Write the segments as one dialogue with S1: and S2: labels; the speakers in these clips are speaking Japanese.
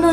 S1: の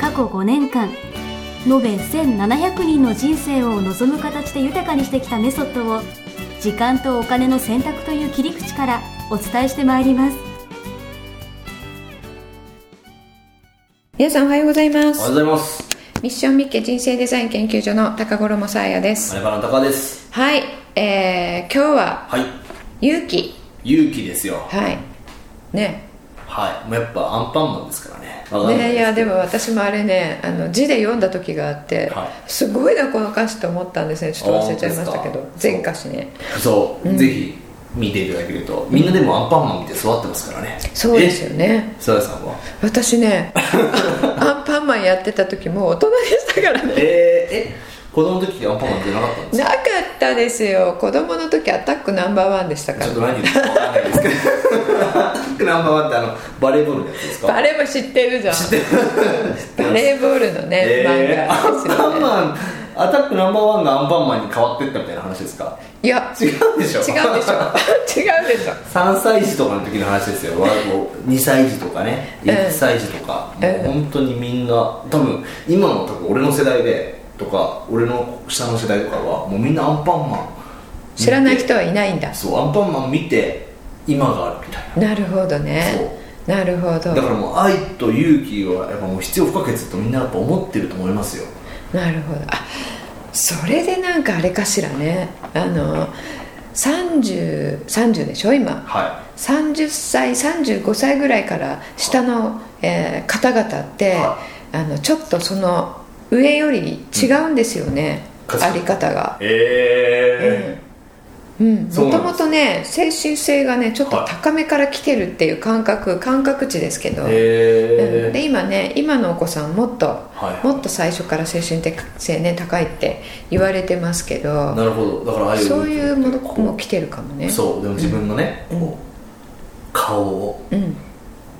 S1: 過去5年間延べ1700人の人生を望む形で豊かにしてきたメソッドを時間とお金の選択という切り口からお伝えしてまいります
S2: 皆さんおはようございま
S3: おはよ
S2: す
S3: うございます。
S2: ミッションミッケ人生デザイン研究所の高頃もさあやです
S3: マネバの高です。
S2: はい、えー、今日は
S3: はい。
S2: 勇気
S3: 勇気ですよ。
S2: はいね
S3: はい。もうやっぱアンパンマンですからね。わかんな
S2: ねいや
S3: ですけ
S2: で
S3: ど
S2: も私もあれねあの字で読んだ時があって、
S3: はい
S2: すごいなこの歌詞と思ったんですねちょっと忘れちゃいましたけど
S3: あ本当ですか
S2: 全歌詞ね
S3: そう、ぜひ見ていただけると。みんなでもアンパンマン見て育ってますからね。
S2: そうですよね
S3: え。さやさんは。
S2: 私 ねアンパンマンやってた時もう大人でしたから
S3: え
S2: ね
S3: ー、え、子供の時ってアンパンマンってなかったんです
S2: な
S3: か
S2: かったですよ子供の時アタックナンバーワンでしたか
S3: ちょ
S2: ら
S3: っと何言ってるかわかんないですけど。 ナンバーワンってあの、バレーボールのやつですか
S2: バレーも知ってるじゃんバレーボールのね、
S3: えー、ア
S2: 漫画で
S3: ン
S2: す
S3: パ
S2: よ
S3: ン
S2: ね
S3: マン、アタックナンバーワンがアンパンマンに変わってったみたいな話ですか
S2: いや
S3: 違うんでし
S2: 違
S3: ょ
S2: うでしょ 違うでしょ
S3: 3歳児とかの時の話ですよわもう2歳児とかね
S2: ええ
S3: 1歳児とか、
S2: ええ
S3: もう本当にみんな多分今の多分俺の世代でとか俺の下の世代とかはもうみんなアンパンマン
S2: 知らない人はいないんだ
S3: そうアンパンマン見て今があるみたい
S2: なるほどねなるほど
S3: なだからもう愛と勇気はやっぱもう必要不可欠とみんなやっぱ思ってると思いますよ
S2: なるほどあそれでなんかあれかしらねあの3030でしょ今
S3: は
S2: 30歳35歳ぐらいから下の、えー方々って、
S3: は
S2: あのちょっとその上より違うんですよね、
S3: うん
S2: あり方が
S3: いえ
S2: うん、も
S3: そう
S2: と
S3: なんです
S2: もとね精神性がねちょっと高めから来てるっていう感覚、感覚値ですけど、
S3: え
S2: うんで今ね今のお子さんもっと、
S3: はい
S2: もっと最初から精神的性ね高いって言われてますけど
S3: なるほどだから愛を
S2: そういうもの
S3: こ
S2: も来てるかもね
S3: そうでも自分のね、
S2: うん
S3: こう顔を
S2: う、ん、
S3: こ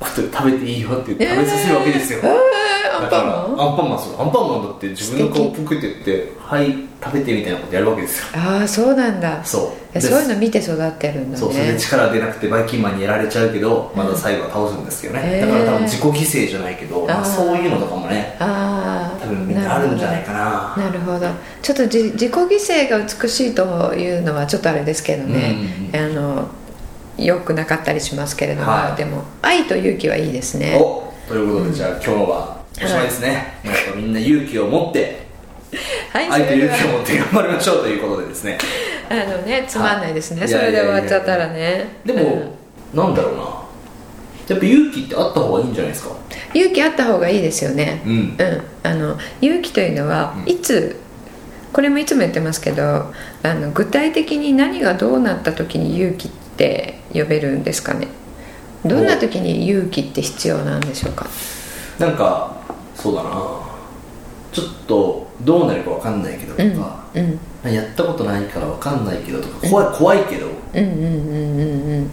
S3: うやって食べていいよって言って食べさせるわけですよ、
S2: えーアンパ
S3: だか
S2: ン
S3: ら
S2: マン
S3: アンパンマンそうアンパンマンだって自分の顔ぷくって言って「はい食べて」みたいなことやるわけですよ
S2: ああそうなんだ
S3: そう
S2: え
S3: で
S2: そういうの見て育ってるんだ
S3: そうそれ
S2: ね
S3: で力出なくてバイキンマンにやられちゃうけどまだ最後は倒すんですけどね、だから多分自己犠牲じゃないけど、ま
S2: あー
S3: あ、そういうのとかもね
S2: ああ
S3: 多分みんなあるんじゃないかな
S2: なるほどちょっとじ自己犠牲が美しいというのはちょっとあれですけどね、あのよくなかったりしますけれども、
S3: はい
S2: でも愛と勇気はいいですね
S3: おということでじゃあ今日はおしまいですね、もっとみんな勇気を持って
S2: はい
S3: 愛と
S2: それ
S3: 勇
S2: では
S3: 気を持って頑張りましょうということでですね
S2: あのねつまんないですね、
S3: はい
S2: それで終わっちゃったらね
S3: で
S2: う
S3: も
S2: ん、
S3: なんだろうなやっぱ勇気ってあった方がいいんじゃないですか
S2: 勇気あった方がいいですよね
S3: うん
S2: あの勇気というのは、
S3: うん
S2: いつこれもいつも言ってますけどあの具体的に何がどうなった時に勇気って呼べるんですかねどんな時に勇気って必要なんでしょうか
S3: なんかそうだなちょっとどうなるかわかんないけどとか、
S2: うん
S3: やったことないからわかんないけどとか怖い怖いけど
S2: うんうんうんうんうん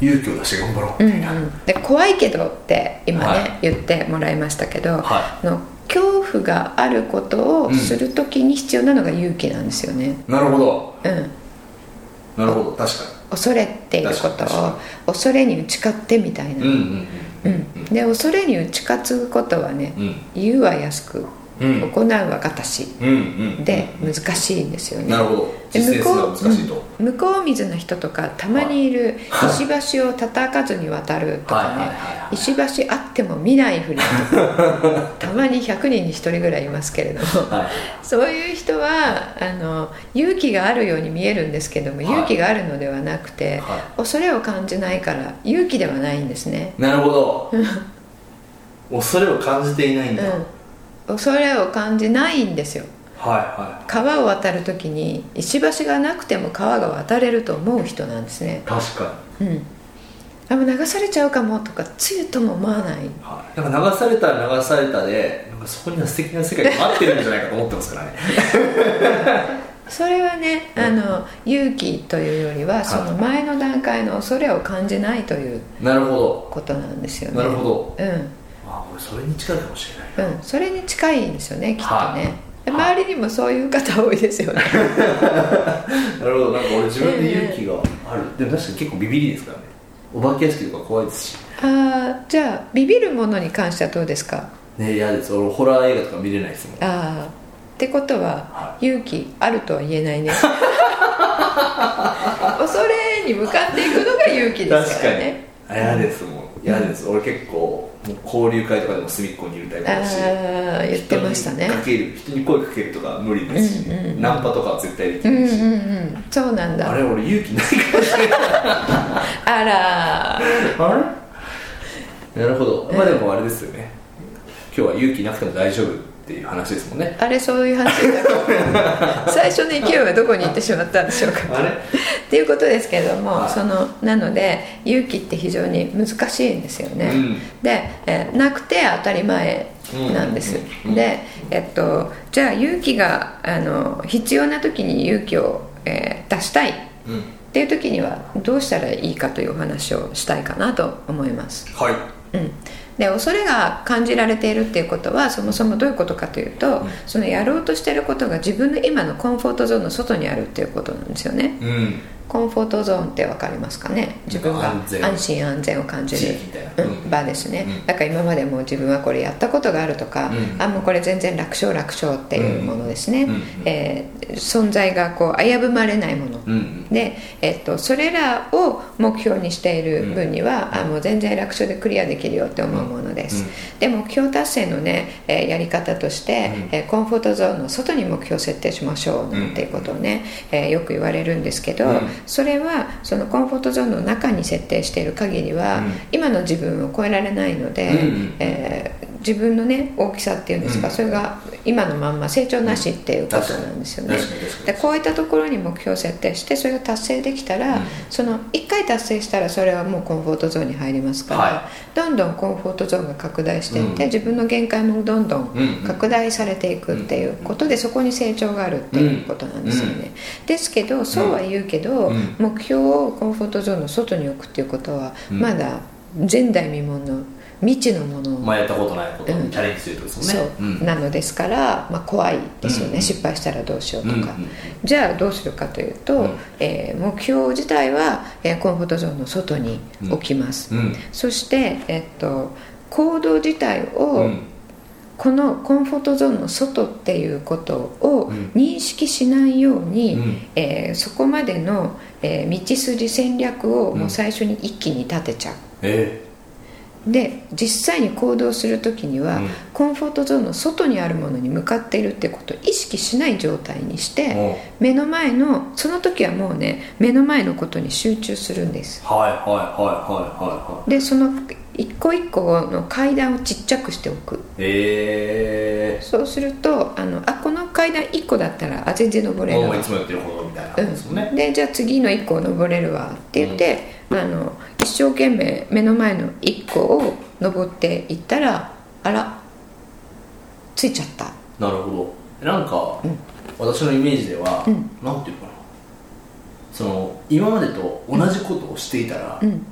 S3: 勇気を出して頑張ろう
S2: う
S3: み
S2: ん
S3: たいな、
S2: うん、で怖いけどって今ね、
S3: はい
S2: 言ってもらいましたけど、
S3: は
S2: あの恐怖があることをするときに必要なのが勇気なんですよね、
S3: なるほど
S2: うん、
S3: なるほど確か
S2: 恐れているこ
S3: 確
S2: と
S3: かに確
S2: を恐れに打ち勝ってみたい
S3: に
S2: な、
S3: うん
S2: うんで恐れに打ち勝つことはね、
S3: うんうん
S2: 言うは安く、
S3: うん
S2: 行うは形
S3: うんうんうん
S2: で難しいんですよね、
S3: なるほど
S2: で
S3: 実践するのは難しいと、
S2: うん向こう水の人とかたまにいる
S3: はい
S2: 石橋を叩かずに渡るとか
S3: はいはいはいは
S2: ね石橋あっても見ないふりとかたまに100人に1人ぐらいいますけれども
S3: はい
S2: そういう人はあの勇気があるように見えるんですけども
S3: はい
S2: 勇気があるのではなくて、
S3: は
S2: 恐れを感じないから勇気ではないんですね、
S3: なるほ ど恐れを感じていないん
S2: う
S3: だ、はい
S2: ん、恐れを感じないんですよ
S3: は
S2: 川を渡る時に石橋がなくても川が渡れると思う人なんですね
S3: い確か
S2: うん、あもう流されちゃうかもとかつゆとも思わない
S3: はい、なんか流されたら流されたでなんかそこには素敵な世界が待ってるんじゃないかと思ってますからね
S2: それはねあの勇気というよりはその前の段階の恐れを感じないという
S3: なるほ
S2: ことなんですよ
S3: ど
S2: ね
S3: なるほど
S2: うん
S3: あ俺それに近いかもしれない
S2: うん、それに近いんですよねきっとね、
S3: はい
S2: で周りにもそういう方多いですよね
S3: なるほどなんか俺自分で勇気がある、でも確かに結構ビビりですからねお化け屋敷とか怖いですし
S2: ああじゃあビビるものに関してはどうですか
S3: ね嫌です俺ホラー映画とか見れないですも
S2: あ
S3: ん
S2: あってことは
S3: は
S2: 勇気あるとは言え ないね恐れに向かっていくのが勇気ですからね
S3: あ嫌ですもん嫌です、俺結構もう交流会とかでも隅っこにいるタイプだし
S2: ああ言ってましたね
S3: 人にかける人に声かけるとか無理ですし、
S2: うんうんうん
S3: ナンパとかは絶対でき
S2: うんう
S3: なんいし、
S2: うんそうなんだ
S3: あ
S2: あ
S3: れ俺勇気ないかもしれない
S2: ら
S3: あれなるほどまあでもあれですよね今日は勇気なくても大丈夫っていう話ですもんね
S2: あれそういう話だから 最初の勢いはどこに行ってしまったんでしょうか
S3: あれ
S2: っていうことですけれども、
S3: はい
S2: そのなので勇気って非常に難しいんですよね、
S3: うん
S2: で、えーなくて当たり前なんです、
S3: うんうんうん
S2: で、えっと、じゃあ勇気があの必要な時に勇気を、えー出したいっ
S3: うん
S2: ていう時にはどうしたらいいかというお話をしたいかなと思います、
S3: はい
S2: うん、で恐れが感じられているっていうことはそもそもどういうことかというと、
S3: うん
S2: そのやろうとしていることが自分の今のコンフォートゾーンの外にあるっていうことなんですよね、
S3: うん
S2: コンフォートゾーンって分かりますかね自分が
S3: 安全
S2: 安心安全を感じ
S3: 地
S2: る
S3: 域みたいな
S2: うん
S3: うん
S2: 場ですね、
S3: うん
S2: だから今までもう自分はこれやったことがあるとか、
S3: うん
S2: あもうこれ全然楽勝楽勝っていうものですね、
S3: うんうん
S2: えー存在がこう危ぶまれないもの、
S3: うん
S2: で、えっと、それらを目標にしている分には、あもう全然楽勝でクリアできるよって思うものです、で目標達成のね、えーやり方として、えーコンフォートゾーンの外に目標を設定しましょうなんていうことをね、えーよく言われるんですけど、
S3: うん
S2: それはそのコンフォートゾーンの中に設定している限りは、
S3: うん
S2: 今の自分を超えられないので、
S3: うんうん
S2: えー自分のね大きさっていうんですか、
S3: うん
S2: それが今のまんま成長なしっていうことなんですよね。
S3: 確かに確かに
S2: でこういったところに目標を設定してそれが達成できたら、
S3: うん
S2: その1回達成したらそれはもうコンフォートゾーンに入りますから、
S3: は
S2: どんどんコンフォートゾーンが拡大していって、
S3: うん
S2: 自分の限界もどんど
S3: うんんうん
S2: 拡大されていくっていうことで、そこに成長があるっていうことなんですよね、ですけどそうは言うけど、
S3: うん
S2: 目標をコンフォートゾーンの外に置くっていうことは、
S3: うん
S2: まだ前代未聞の未知のものを
S3: 前やったことないこと
S2: うん
S3: にチャレンジするってことです
S2: そ
S3: もん
S2: う
S3: ね、うん
S2: なのですから、まあ、怖いですよね、
S3: うん
S2: 失敗したらどうしようとか、
S3: うんうん
S2: じゃあどうするかというと、
S3: うん
S2: えー目標自体は、えーコンフォートゾーンの外に置きます、
S3: うん
S2: そして、えっと行動自体
S3: う
S2: を、
S3: ん
S2: このコンフォートゾーンの外っていうことを
S3: うん
S2: 認識しないように、
S3: うん
S2: えーそこまでの、えー道筋戦略をもう最初に一気に立てちゃう、
S3: え
S2: で実際に行動する時には、
S3: うん
S2: コンフォートゾーンの外にあるものに向かっているってことを意識しない状態にして、
S3: おう
S2: 目の前のその時はもうね目の前のことに集中するんです
S3: はいはいはいはいはいはい
S2: でその一個一個の階段をちっちゃくしておく
S3: え
S2: そうするとあのあこの階段1個だったらあ全然登
S3: え
S2: れる
S3: も
S2: わ
S3: ういつもやってることみたいなことですもんね、
S2: うん、でじゃあ次の1個を登れるわって言って、あの一生懸命目の前の1個を登っていったらあらついちゃった
S3: なるほどなんか、私のイメージでは、
S2: うん
S3: なんていうかなその今までと同じことをしていたら、
S2: うん
S3: なんか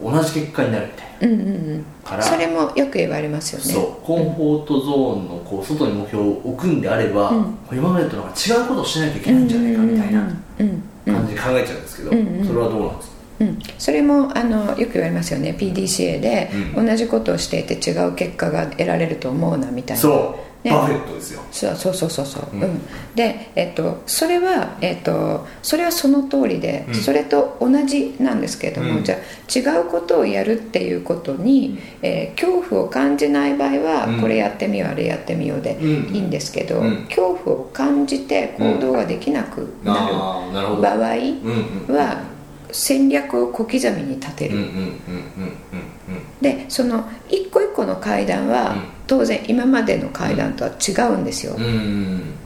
S3: 同じ結果になるみたい
S2: うんうん
S3: なか
S2: うん
S3: ら
S2: それもよく言われますよね
S3: そうコンフォートゾーンのこう外に目標を置くんであれば、
S2: うん
S3: こう今までとなんか違うことをしなきゃいけないんじゃないかみたいな
S2: うんうんうんうん
S3: 感じで考えちゃうんですけど、
S2: うんうん
S3: それはどうなんですか、
S2: うん、それもあのよく言われますよね PDCA で、
S3: うん
S2: 同じことをしていて違う結果が得られると思うなみたいな
S3: そう、
S2: ね
S3: パーフェクトですよ
S2: そうそうそうそうそう、う
S3: うんん
S2: で、えっと、それは、えっと、それはその通りで、
S3: うん
S2: それと同じなんですけれども、
S3: うん
S2: じゃあ違うことをやるっていうことに、えー恐怖を感じない場合は、
S3: うん
S2: これやってみようあれやってみようで、
S3: うん
S2: いいんですけど、
S3: うん
S2: 恐怖を感じて行動ができなくなる
S3: ああなるほ
S2: 場
S3: ど
S2: 合
S3: うんうん
S2: は、戦略を小刻みに立て
S3: うん
S2: る、
S3: うんうんうんうんうん
S2: でその一個一個の階段は
S3: うん
S2: 当然今までの階段とは違うんですよ、
S3: うん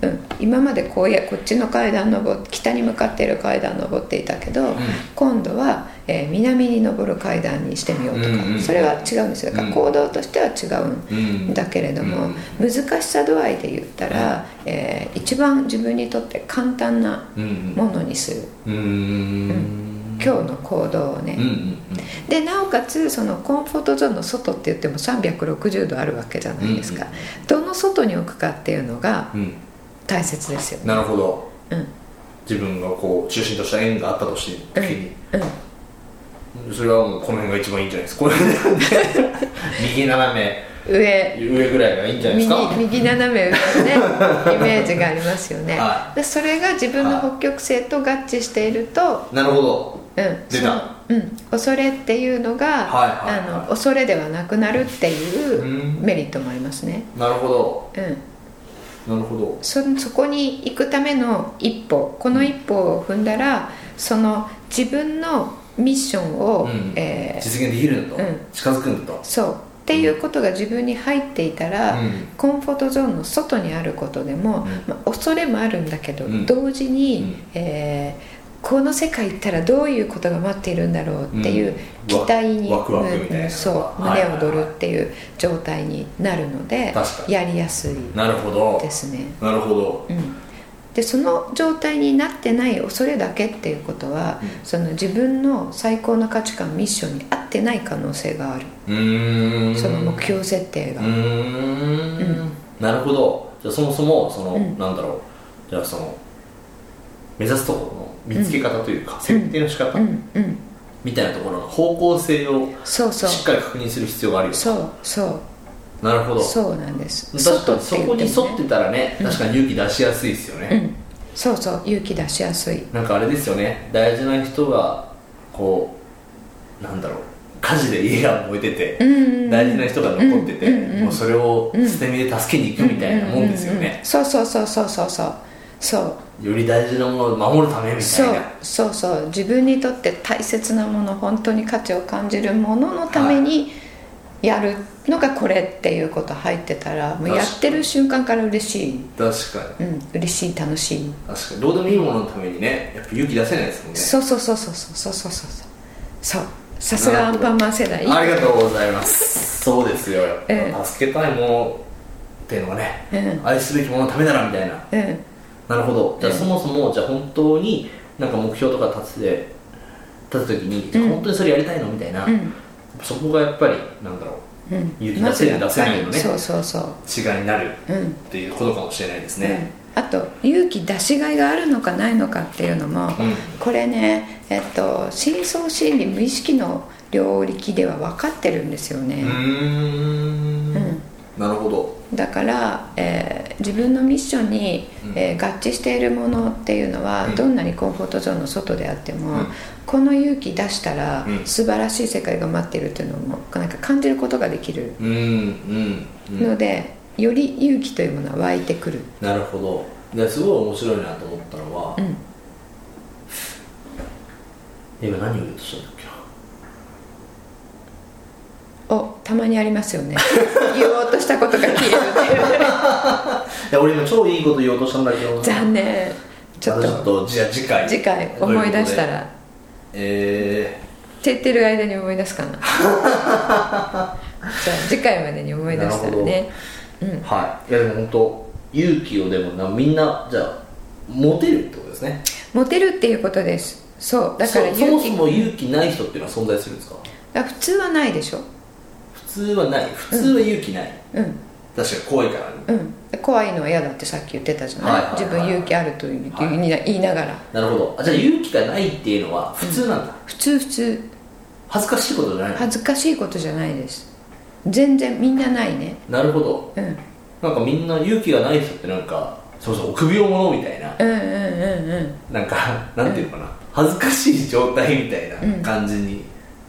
S2: うん、今までこうやこっちの階段登って北に向かっている階段登っていたけど、今度は、えー南に登る階段にしてみようとか、
S3: うんうん
S2: それは違うんですよだから
S3: うん
S2: 行動としては違
S3: う
S2: うん
S3: ん
S2: だけれども、難しさ度合いで言ったら、えー一番自分にとって簡単な
S3: うん
S2: ものにする
S3: うんうん
S2: 今日の行動をね、
S3: うんうん
S2: でなおかつそのコンフォートゾーンの外って言っても360度あるわけじゃないですか、
S3: うん
S2: どの外に置くかっていうのが
S3: うん
S2: 大切ですよね
S3: なるほど
S2: うん
S3: 自分がこう中心とした縁があったとし
S2: う
S3: て、
S2: んうん
S3: それはもうこの辺が一番いいんじゃないですかこれ 右
S2: 上
S3: 斜め上ぐらいがいいんじゃないですか
S2: 右右斜め 上のねイメージがありますよね、
S3: は
S2: でそれが自分の北極星と合致していると、
S3: なるほど
S2: うん、
S3: 出
S2: その
S3: た
S2: うん、恐れっていうのが、
S3: はいはいはい
S2: あの恐れではなくなるっていう
S3: うん
S2: メリットもありますね、
S3: なるほど
S2: うん、
S3: なるほど
S2: そそこに行くための一歩この一歩を踏んだらその自分のミッションを、
S3: うん
S2: えー
S3: 実現できるんだと、
S2: うん
S3: 近づくんだと
S2: そうっていうことが自分に入っていたら、
S3: うん
S2: コンフォートゾーンの外にあることでも、
S3: うん
S2: まあ恐れもあるんだけど、
S3: うん
S2: 同時に、
S3: うん
S2: えーこの世界行ったらどういうことが待っているんだろうっていう
S3: うん
S2: 期待に、
S3: ワワクワクみたいな
S2: うんそう
S3: はい
S2: 胸を躍るっていう状態になるので
S3: 確かに
S2: やりやすい
S3: なるほど
S2: ですね。
S3: なるほど
S2: うんでその状態になってない恐れだけっていうことは、
S3: うん
S2: その自分の最高の価値観ミッションに合ってない可能性がある、
S3: うーん
S2: その目標設定が、
S3: うーんなるほどじゃあそもそもその、
S2: うん
S3: なんだろうじゃあその目指すところの見つけ方というか、設定の仕方、
S2: うんうん
S3: みたいなところの方向性を
S2: そうそう
S3: しっかり確認する必要があるよ
S2: そうそ
S3: なるほ
S2: う
S3: ど
S2: そうなんです
S3: 確かにそこ
S2: ね
S3: に沿ってたらね、
S2: うん
S3: 確かに勇気出しやすいですよ
S2: う
S3: ね、
S2: んそうそう勇気出しやすい
S3: なんかあれですよね大事な人がこうなんだろう火事で家が燃えてて、
S2: うんうんうん
S3: 大事な人が残ってて、
S2: うんうんうん
S3: もうそれを捨て身で助けに行くみたいなもんですよね、
S2: うううそうそうそうそうそうそうそう
S3: より大事なものを守るためみた
S2: そ
S3: いうな
S2: そうそう自分にとって大切なもの本当に価値を感じるもののためにやるのがこれっていうこと入ってたらもう
S3: 確かに
S2: やってる瞬間から嬉しい、
S3: 確かに
S2: うん、嬉しい楽しい、
S3: 確かにどうでもいいもののためにねやっぱ勇気出せないですもんね
S2: そうそうそうそうそうそうそうそうそうさす
S3: な
S2: がアン
S3: るほど
S2: パンマン世代
S3: ありがとうございますそうですよやっぱ、
S2: ええ
S3: 助けたいものっていうのはね、
S2: うん
S3: 愛すべきもののためならみたいな
S2: うん
S3: なるほどじゃあ
S2: ええ
S3: そもそもじゃあ本当になんか目標とか立てて立てた時に、じゃあ本当にそれやりたいのみたいな、
S2: うん
S3: そこがやっぱりなんだろう
S2: うん
S3: 勇気
S2: ま
S3: 出
S2: ず
S3: せる
S2: や
S3: 出
S2: っ
S3: せ
S2: ぱ
S3: ない
S2: り
S3: のね
S2: そうそうそう
S3: 違いになる
S2: うん
S3: っていうことかもしれないですね、
S2: うん、あと勇気出しがいがあるのかないのかっていうのも、
S3: ん
S2: これね、えっと、深層心理無意識の領域では分かってるんですよ
S3: うー
S2: ね、
S3: ん
S2: うん
S3: なるほど
S2: だから、えー自分のミッションに、
S3: うん
S2: えー合致しているものっていうのは、
S3: うん
S2: どんなにコンフォートゾーンの外であっても、
S3: うん
S2: この勇気出したら、
S3: うん
S2: 素晴らしい世界が待ってるっていうのもなんか感じることができる
S3: うんうん、うん
S2: ので、より勇気というものは湧いてくる。
S3: なるほどですごい面白いなと思ったのは、
S2: うん
S3: 今何を言おうとしたんだっけな
S2: おたまにありますよね 言おうとしたことが消える っていう
S3: いや俺今超いいこと言おうとしたんだけど
S2: 残念ち
S3: ち
S2: ょ
S3: ょ
S2: っ
S3: っ
S2: と
S3: とちょっとじゃあ次回
S2: 次回思い出した
S3: とうことで
S2: らっ
S3: え
S2: て言ってる間に思い出す かなじゃあ次回までに思い出したらね
S3: ー、はいいやでも本当勇気をでもなみんなじゃあモテるってことですね
S2: モテるっていうことですそうだから
S3: そそも
S2: 勇気
S3: そも勇気ない人っていうのは存在するんですか
S2: だから普通はないでしょ
S3: 普通はない普通は勇気ない、
S2: うん
S3: 確かに怖いから、
S2: うん怖いのは嫌だってさっき言ってたじゃない,、
S3: はいはいはい
S2: 自分勇気あるというふうに言いながら、
S3: なるほどあじゃあ勇気がないっていうのは普通なんだ、
S2: 普通普通
S3: 恥ずかしいことじゃない
S2: 恥ずかしいことじゃないです全然みんなないね
S3: なるほど
S2: うん
S3: なんかみんな勇気がない人ってなんかそうそう臆病者みたいな
S2: うんうんうんうん
S3: なんかなんていうのかな、恥ずかしい状態みたいな感じに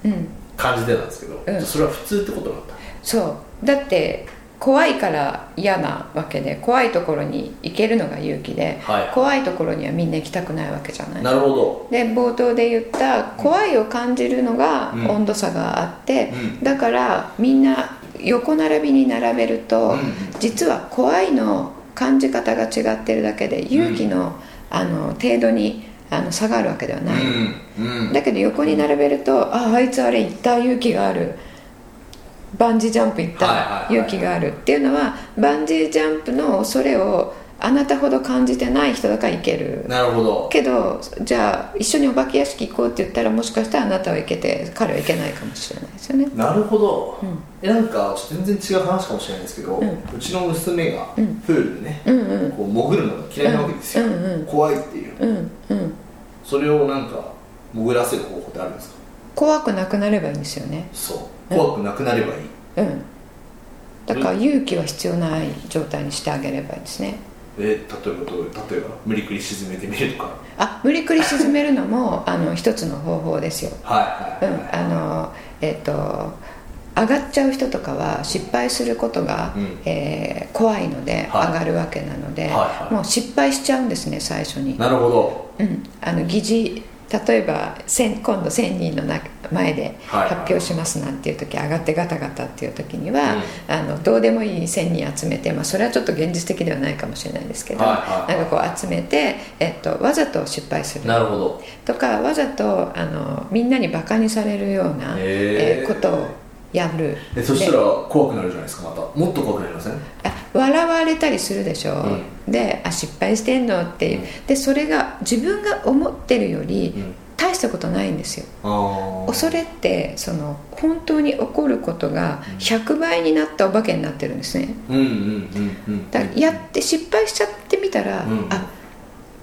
S2: うん
S3: 感じてたんですけど、
S2: うん
S3: それは普通ってことなんだ
S2: そうだって怖いから嫌なわけで怖いところに行けるのが勇気で、
S3: はい
S2: 怖いところにはみんな行きたくないわけじゃない
S3: なるほど
S2: で冒頭で言った怖いを感じるのが
S3: うん
S2: 温度差があって、
S3: う
S2: だからみんな横並びに並べると、
S3: うん
S2: 実は怖いの感じ方が違ってるだけで勇気の,、あの程度にあの差があるわけではない、
S3: うんうん
S2: だけど横に並べるとああいつあれ行った勇気があるバンジージャンプ行っ
S3: はい
S2: た
S3: はいはい
S2: 勇気があるっていうのはバンジージャンプの恐れをあなたほど感じてない人だから行ける
S3: なるほど
S2: けどじゃあ一緒にお化け屋敷行こうって言ったらもしかしたらあなたは行けて彼は行けないかもしれないですよね
S3: なるほど、
S2: ん
S3: えなんかちょっと全然違う話かもしれないんですけど、う
S2: うん
S3: ちの娘がプールでね、
S2: うんうん
S3: こう潜るのが嫌いなわけですよ、
S2: うんうん
S3: 怖いっていう
S2: うんうん
S3: それをなんか潜らせる方法ってあるんですか
S2: 怖くなくなればいいんですよね
S3: そう怖くなくなればいい、
S2: うんだから勇気は必要ない状態にしてあげればいいんですね
S3: え例えばどう例えば無理くり沈めてみるとか
S2: あ無理くり沈めるのも あの一つの方法ですよ
S3: は
S2: う
S3: い
S2: ん
S3: はいはい、
S2: あのえっ、と上がっちゃう人とかは失敗することが、
S3: うん
S2: えー怖いので
S3: はい
S2: 上がるわけなので、
S3: はいはい
S2: もう失敗しちゃうんですね最初に、
S3: なるほど
S2: うん、あの疑似例えば千今度1000人のな前で
S3: はいはい
S2: 発表しますなんていう時、上がってガタガタっていう時には、
S3: うん
S2: あのどうでもいい1000人集めて、まあ、それはちょっと現実的ではないかもしれないですけど、
S3: はいはいはい
S2: なんかこう集めて、えっと、わざと失敗する
S3: なるほど
S2: とかわざとあのみんなにバカにされるような、
S3: へ
S2: え
S3: ー
S2: ーことをやる
S3: えそした
S2: で
S3: ら怖くなるじゃないですかまたもっと怖くなりません
S2: あ笑われたりするでしょ、であ失敗してんのっていう、でそれが自分が思ってるより、
S3: うん
S2: 大したことないんですよ
S3: ああ
S2: 恐れってその本当に起こることが100倍になったお化けになってるんですね
S3: うんうんうんうん
S2: だからやって失敗しちゃってみたら、
S3: うん
S2: あ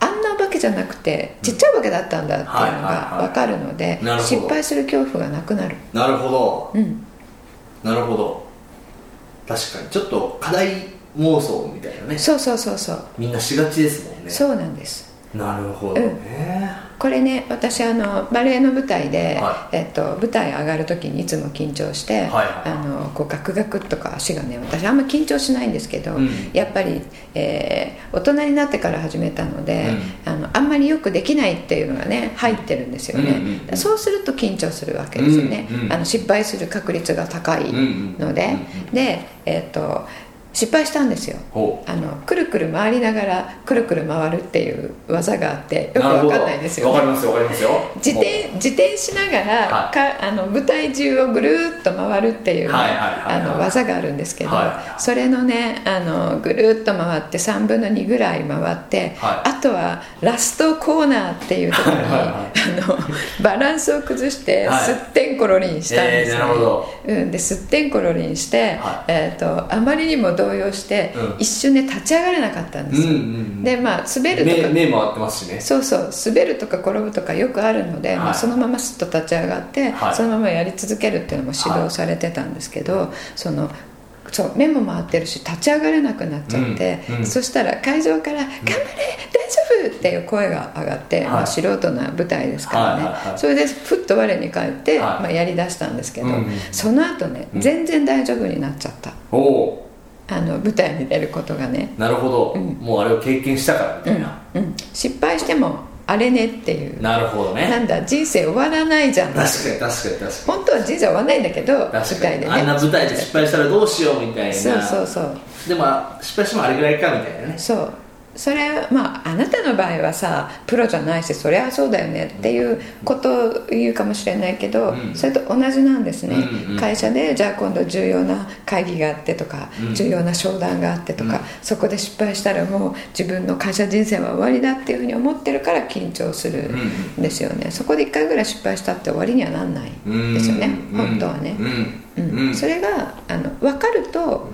S2: あんなお化けじゃなくてちっちゃいお化けだったんだっていうのが分かるの
S3: いは
S2: で
S3: いなるほど
S2: 失敗する恐怖がなくなる
S3: なるほど
S2: うん
S3: なるほど確かにちょっと課題妄想みたいなね
S2: そうそうそうそう、
S3: みんなしがちですもんね
S2: そうなんです
S3: なるほどね、
S2: これね私あのバレエの舞台で、
S3: は
S2: えっと、舞台上がる時にいつも緊張して、
S3: はいはい
S2: あのこうガクガクっとか足がね私あんま緊張しないんですけど、
S3: うん
S2: やっぱり、えー大人になってから始めたので、あのあんまりよくできないっていうのがね入ってるんですよね、
S3: うんうんうん
S2: そうすると緊張するわけですよね、
S3: うんうん
S2: あの失敗する確率が高いので、
S3: うんうん
S2: で、えっと失敗したんですよ
S3: ほう
S2: あのくるくる回りながらくるくる回るっていう技があってよく
S3: なるほ
S2: わか
S3: ど
S2: んないですよ、
S3: わかりますよわかりますよ
S2: 自転自転しながら、
S3: はい
S2: かあの舞台中をぐるーっと回るっていうね
S3: はいはいはいはい
S2: あの技があるんですけど、
S3: はいはいはい
S2: それのねあのぐるーっと回って3分の2ぐらい回って、
S3: はい
S2: あとはラストコーナーっていうところに
S3: はいはい
S2: あのバランスを崩して、
S3: はい
S2: すってんころりんしたんですね
S3: えーなるほど
S2: うん、ですってんころりんして、
S3: は
S2: えー、とあまりにも動揺して、
S3: うん
S2: 一瞬ね立ち上がれなかったんですよ、
S3: うんうんうん
S2: でまあ滑
S3: 目
S2: るとか
S3: 目回ってますしね
S2: そうそう滑るとか転ぶとかよくあるので、
S3: はい
S2: まあ、そのまますっと立ち上がって、
S3: はい
S2: そのままやり続けるっていうのも指導されてたんですけど、そのそう目も回ってるし立ち上がれなくなっちゃって、
S3: うんうん
S2: そしたら会場から「頑張れ大丈夫!」っていう声が上がって、
S3: はい
S2: まあ、素人な舞台ですからね、
S3: はいはいはい
S2: それでふっと我に返って、
S3: はい
S2: まあ、やりだしたんですけど、
S3: うんうん
S2: その後ね全然大丈夫になっちゃった
S3: おお
S2: あの舞台に出ることがね、
S3: うなるほど、
S2: うん
S3: もうあれを経験したからみたいな、
S2: うん、失敗してもあれねっていう
S3: なるほどね
S2: なんだ人生終わらないじゃん
S3: 確かに確かに確かに
S2: 本当は人生終わらないんだけど舞
S3: 確か
S2: 台
S3: に、
S2: でね
S3: あんな舞台で失敗したらどうしようみたいな
S2: そうそうそう
S3: でも失敗してもあれぐらいかみたいなね
S2: そうそれまああなたの場合はさプロじゃないしそりゃそうだよねっていうことを言うかもしれないけど、
S3: うん
S2: それと同じなんですね、
S3: うんうん
S2: 会社でじゃあ今度重要な会議があってとか、
S3: うん
S2: 重要な商談があってとか、
S3: うん
S2: そこで失敗したらもう自分の会社人生は終わりだっていうふうに思ってるから緊張するんですよね、そこで1回ぐらい失敗したって終わりにはなんないですよね、
S3: うん
S2: 本当はね、
S3: う
S2: うんん
S3: うん
S2: それがあの分かると、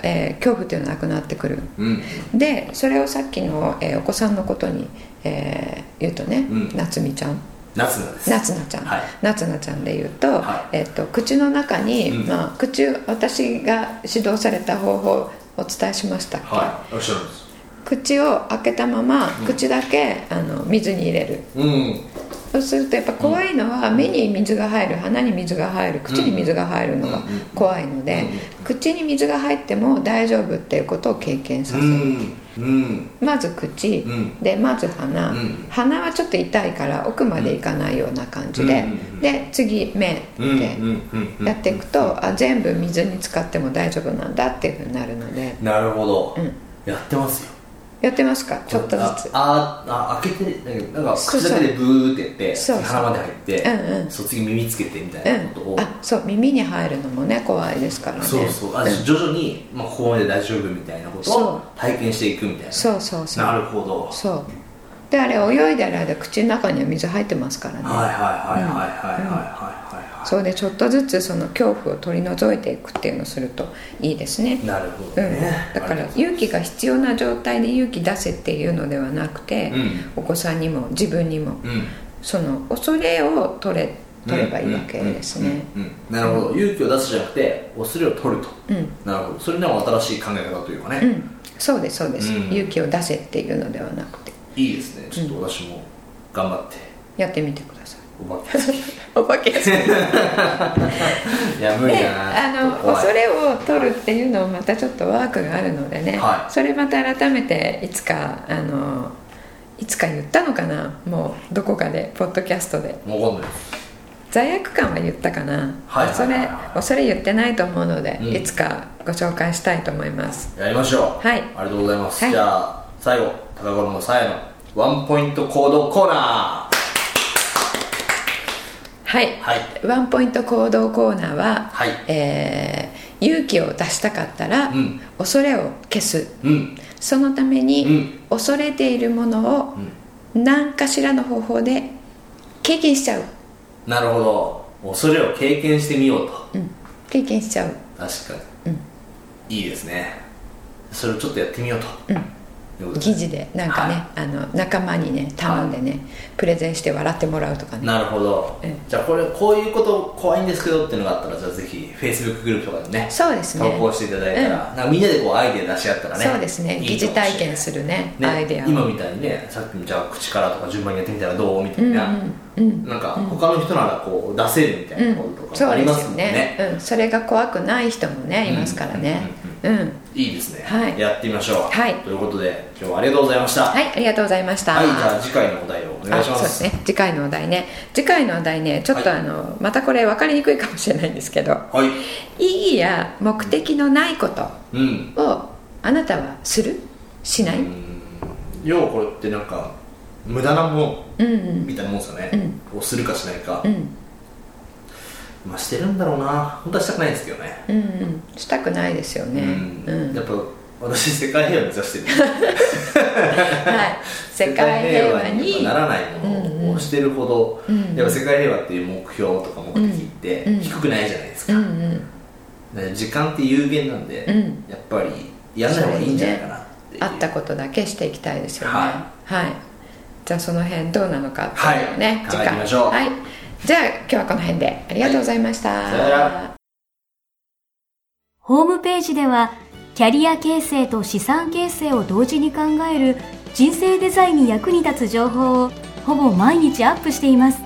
S2: えー恐怖というのはなくなってくる
S3: うん
S2: でそれをさっきの、えーお子さんのことに、えー言うとね、
S3: うん
S2: 夏美ちゃん
S3: 夏なんです
S2: 夏菜ちゃん、
S3: はい
S2: 夏菜ちゃんで言うと,、
S3: は
S2: えっと口の中に、
S3: うん
S2: まあ、口私が指導された方法をお伝えしましたっけ、
S3: はいおっしゃるんです
S2: 口を開けたまま口だけ、あの水に入れる
S3: うん
S2: そうするとやっぱ怖いのは目に水が入る鼻に水が入る口に水が入るのが怖いので口に水が入っても大丈夫っていうことを経験さ
S3: う
S2: せる
S3: んうん
S2: まず口
S3: うん
S2: でまず鼻
S3: うん
S2: 鼻はちょっと痛いから奥までいかないような感じで
S3: うん
S2: で次目
S3: うんうん
S2: で
S3: うんうん
S2: やっていくとあ全部水に使っても大丈夫なんだっていうふうになるので
S3: なるほど
S2: うん
S3: やってますよ
S2: やってますかちょっとずつ
S3: あああ開けてなんかなんか
S2: そう
S3: 口
S2: そう
S3: だけでブーってやって
S2: そうそう
S3: 鼻まで入って
S2: うんうん
S3: そう次耳つけてみた
S2: う
S3: いなことを、
S2: んあそう耳に入るのもね怖いですからね
S3: そうそうあ、
S2: ん
S3: 徐々に、まあ、ここまで大丈夫みたいなこと
S2: そ
S3: を
S2: う
S3: 体験していくみたいな
S2: そうそうそう
S3: なるほどはい
S2: そうであれ泳いでる間口の中には水入ってますからね、
S3: はいはいはいはいはいはいはい、
S2: それでちょっとずつその恐怖を取り除いていくっていうのをするといいですね
S3: なるほ
S2: う
S3: ど
S2: ん
S3: ね、、
S2: だか
S3: あり
S2: ら
S3: がとう
S2: 勇気が必要な状態で勇気出せっていうのではなくて、お子さんにも自分にも
S3: うんうん
S2: その恐れを取れ取ればいいわけですね
S3: うんうんうんなるほど勇気を出すじゃなくて恐れを取ると
S2: うん、
S3: なるほどそれでも新しい考え方というかね、
S2: うんそうですそうです、
S3: うん
S2: 勇気を出せっていうのではなくて
S3: いいですねちょっと私も頑 張って
S2: やってみてください
S3: お化け
S2: お化け屋敷
S3: いや無理
S2: で
S3: だ
S2: あ
S3: な
S2: の
S3: ちょっと怖い
S2: 恐れを取るっていうのもまたちょっとワークがあるのでね、
S3: はい
S2: それまた改めていつかあのいつか言ったのかなもうどこかでポッドキャストで
S3: わかんないです
S2: 罪悪感は言ったかな、
S3: はいはいはいはい
S2: 恐れ恐れ言ってないと思うので、
S3: うん
S2: いつかご紹介したいと思います
S3: やりましょう
S2: はい
S3: ありがとうございます、
S2: はい
S3: じゃあ最後高頃のさやのワンポイント行動コーナ
S2: はい
S3: ーはい
S2: ワンポイント行動コーナーは、
S3: はい
S2: えー勇気を出したかったら、
S3: うん
S2: 恐れを消す
S3: うん
S2: そのために、
S3: うん
S2: 恐れているものを何かしらの方法で経験しちゃう、
S3: なるほど恐れを経験してみようと
S2: うん、経験しちゃう
S3: 確かに、いいですねそれをちょっとやってみようと、
S2: うん
S3: ということ
S2: 疑似でなんかね、
S3: は
S2: あの仲間にね頼んでね、プレゼンして笑ってもらうとかね
S3: なるほど、
S2: ええ
S3: じゃあこれこういうこと怖いんですけどっていうのがあったらじゃあぜひ Facebook グループとかでね
S2: そうですね
S3: 投稿していただいたら、なんかみんなでこうアイデア出し合ったらね
S2: そうですね疑似体験す
S3: る
S2: るね
S3: ね、
S2: アイデアを
S3: 今みたいにねさっきのじゃあ口からとか順番にやってみたらどうみたいな、
S2: うんうん
S3: なんか他の人ならこう出せるみた
S2: う
S3: い
S2: ん
S3: なこととか
S2: そ
S3: あ
S2: う
S3: り
S2: で
S3: ますす
S2: よ
S3: もん
S2: ね
S3: ね、
S2: うん、それが怖くない人もねいますからねうん、
S3: いいですね、
S2: はい
S3: やってみましょう、
S2: はい
S3: ということで今日はありがとうございました
S2: はいありがとうございました、
S3: はい、じゃあ次回のお題をお願いしま
S2: あそ
S3: す。
S2: うですね次回のお題ね次回のお題ねちょっと
S3: はい
S2: あの、またこれ分かりにくいかもしれないんですけど
S3: はい。
S2: 意義や目的のないこと
S3: うん。
S2: をあなたはするしない、
S3: 要はこれってなんか無駄なも
S2: うんうん
S3: みたいなもんですよね。をするかしないか。
S2: ん
S3: まあしてるんだろうな。本当はしたくないんですけどね。
S2: んうんうんしたくないですよね、
S3: う
S2: うん
S3: ん。やっぱ私世界平和目指してる。
S2: はい 世界平和に
S3: ならないものをしてるほど、
S2: うん
S3: やっぱ世界平和っていう目標とか目的って
S2: うん
S3: 低くないじゃないです
S2: う
S3: か。
S2: んうん
S3: ね時間って有限なんで、
S2: うん
S3: やっぱりやんない方がいいんじゃないかなっていう。
S2: あったことだけしていきたいですよね
S3: は
S2: はい、じゃあその辺どうなのかっていうのをね、
S3: はい
S2: 次
S3: 考えてみましょう
S2: 回はいじゃあ今日はこの辺でありがとうございました、
S3: さよなら
S1: ホームページではキャリア形成と資産形成を同時に考える人生デザインに役に立つ情報をほぼ毎日アップしています。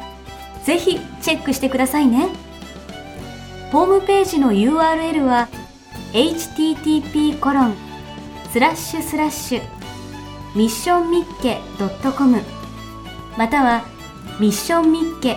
S1: ぜひチェックしてくださいね。ホームページの URL は http コロンスラッシュスラッシュミッションミッケ .com またはミッションミッケ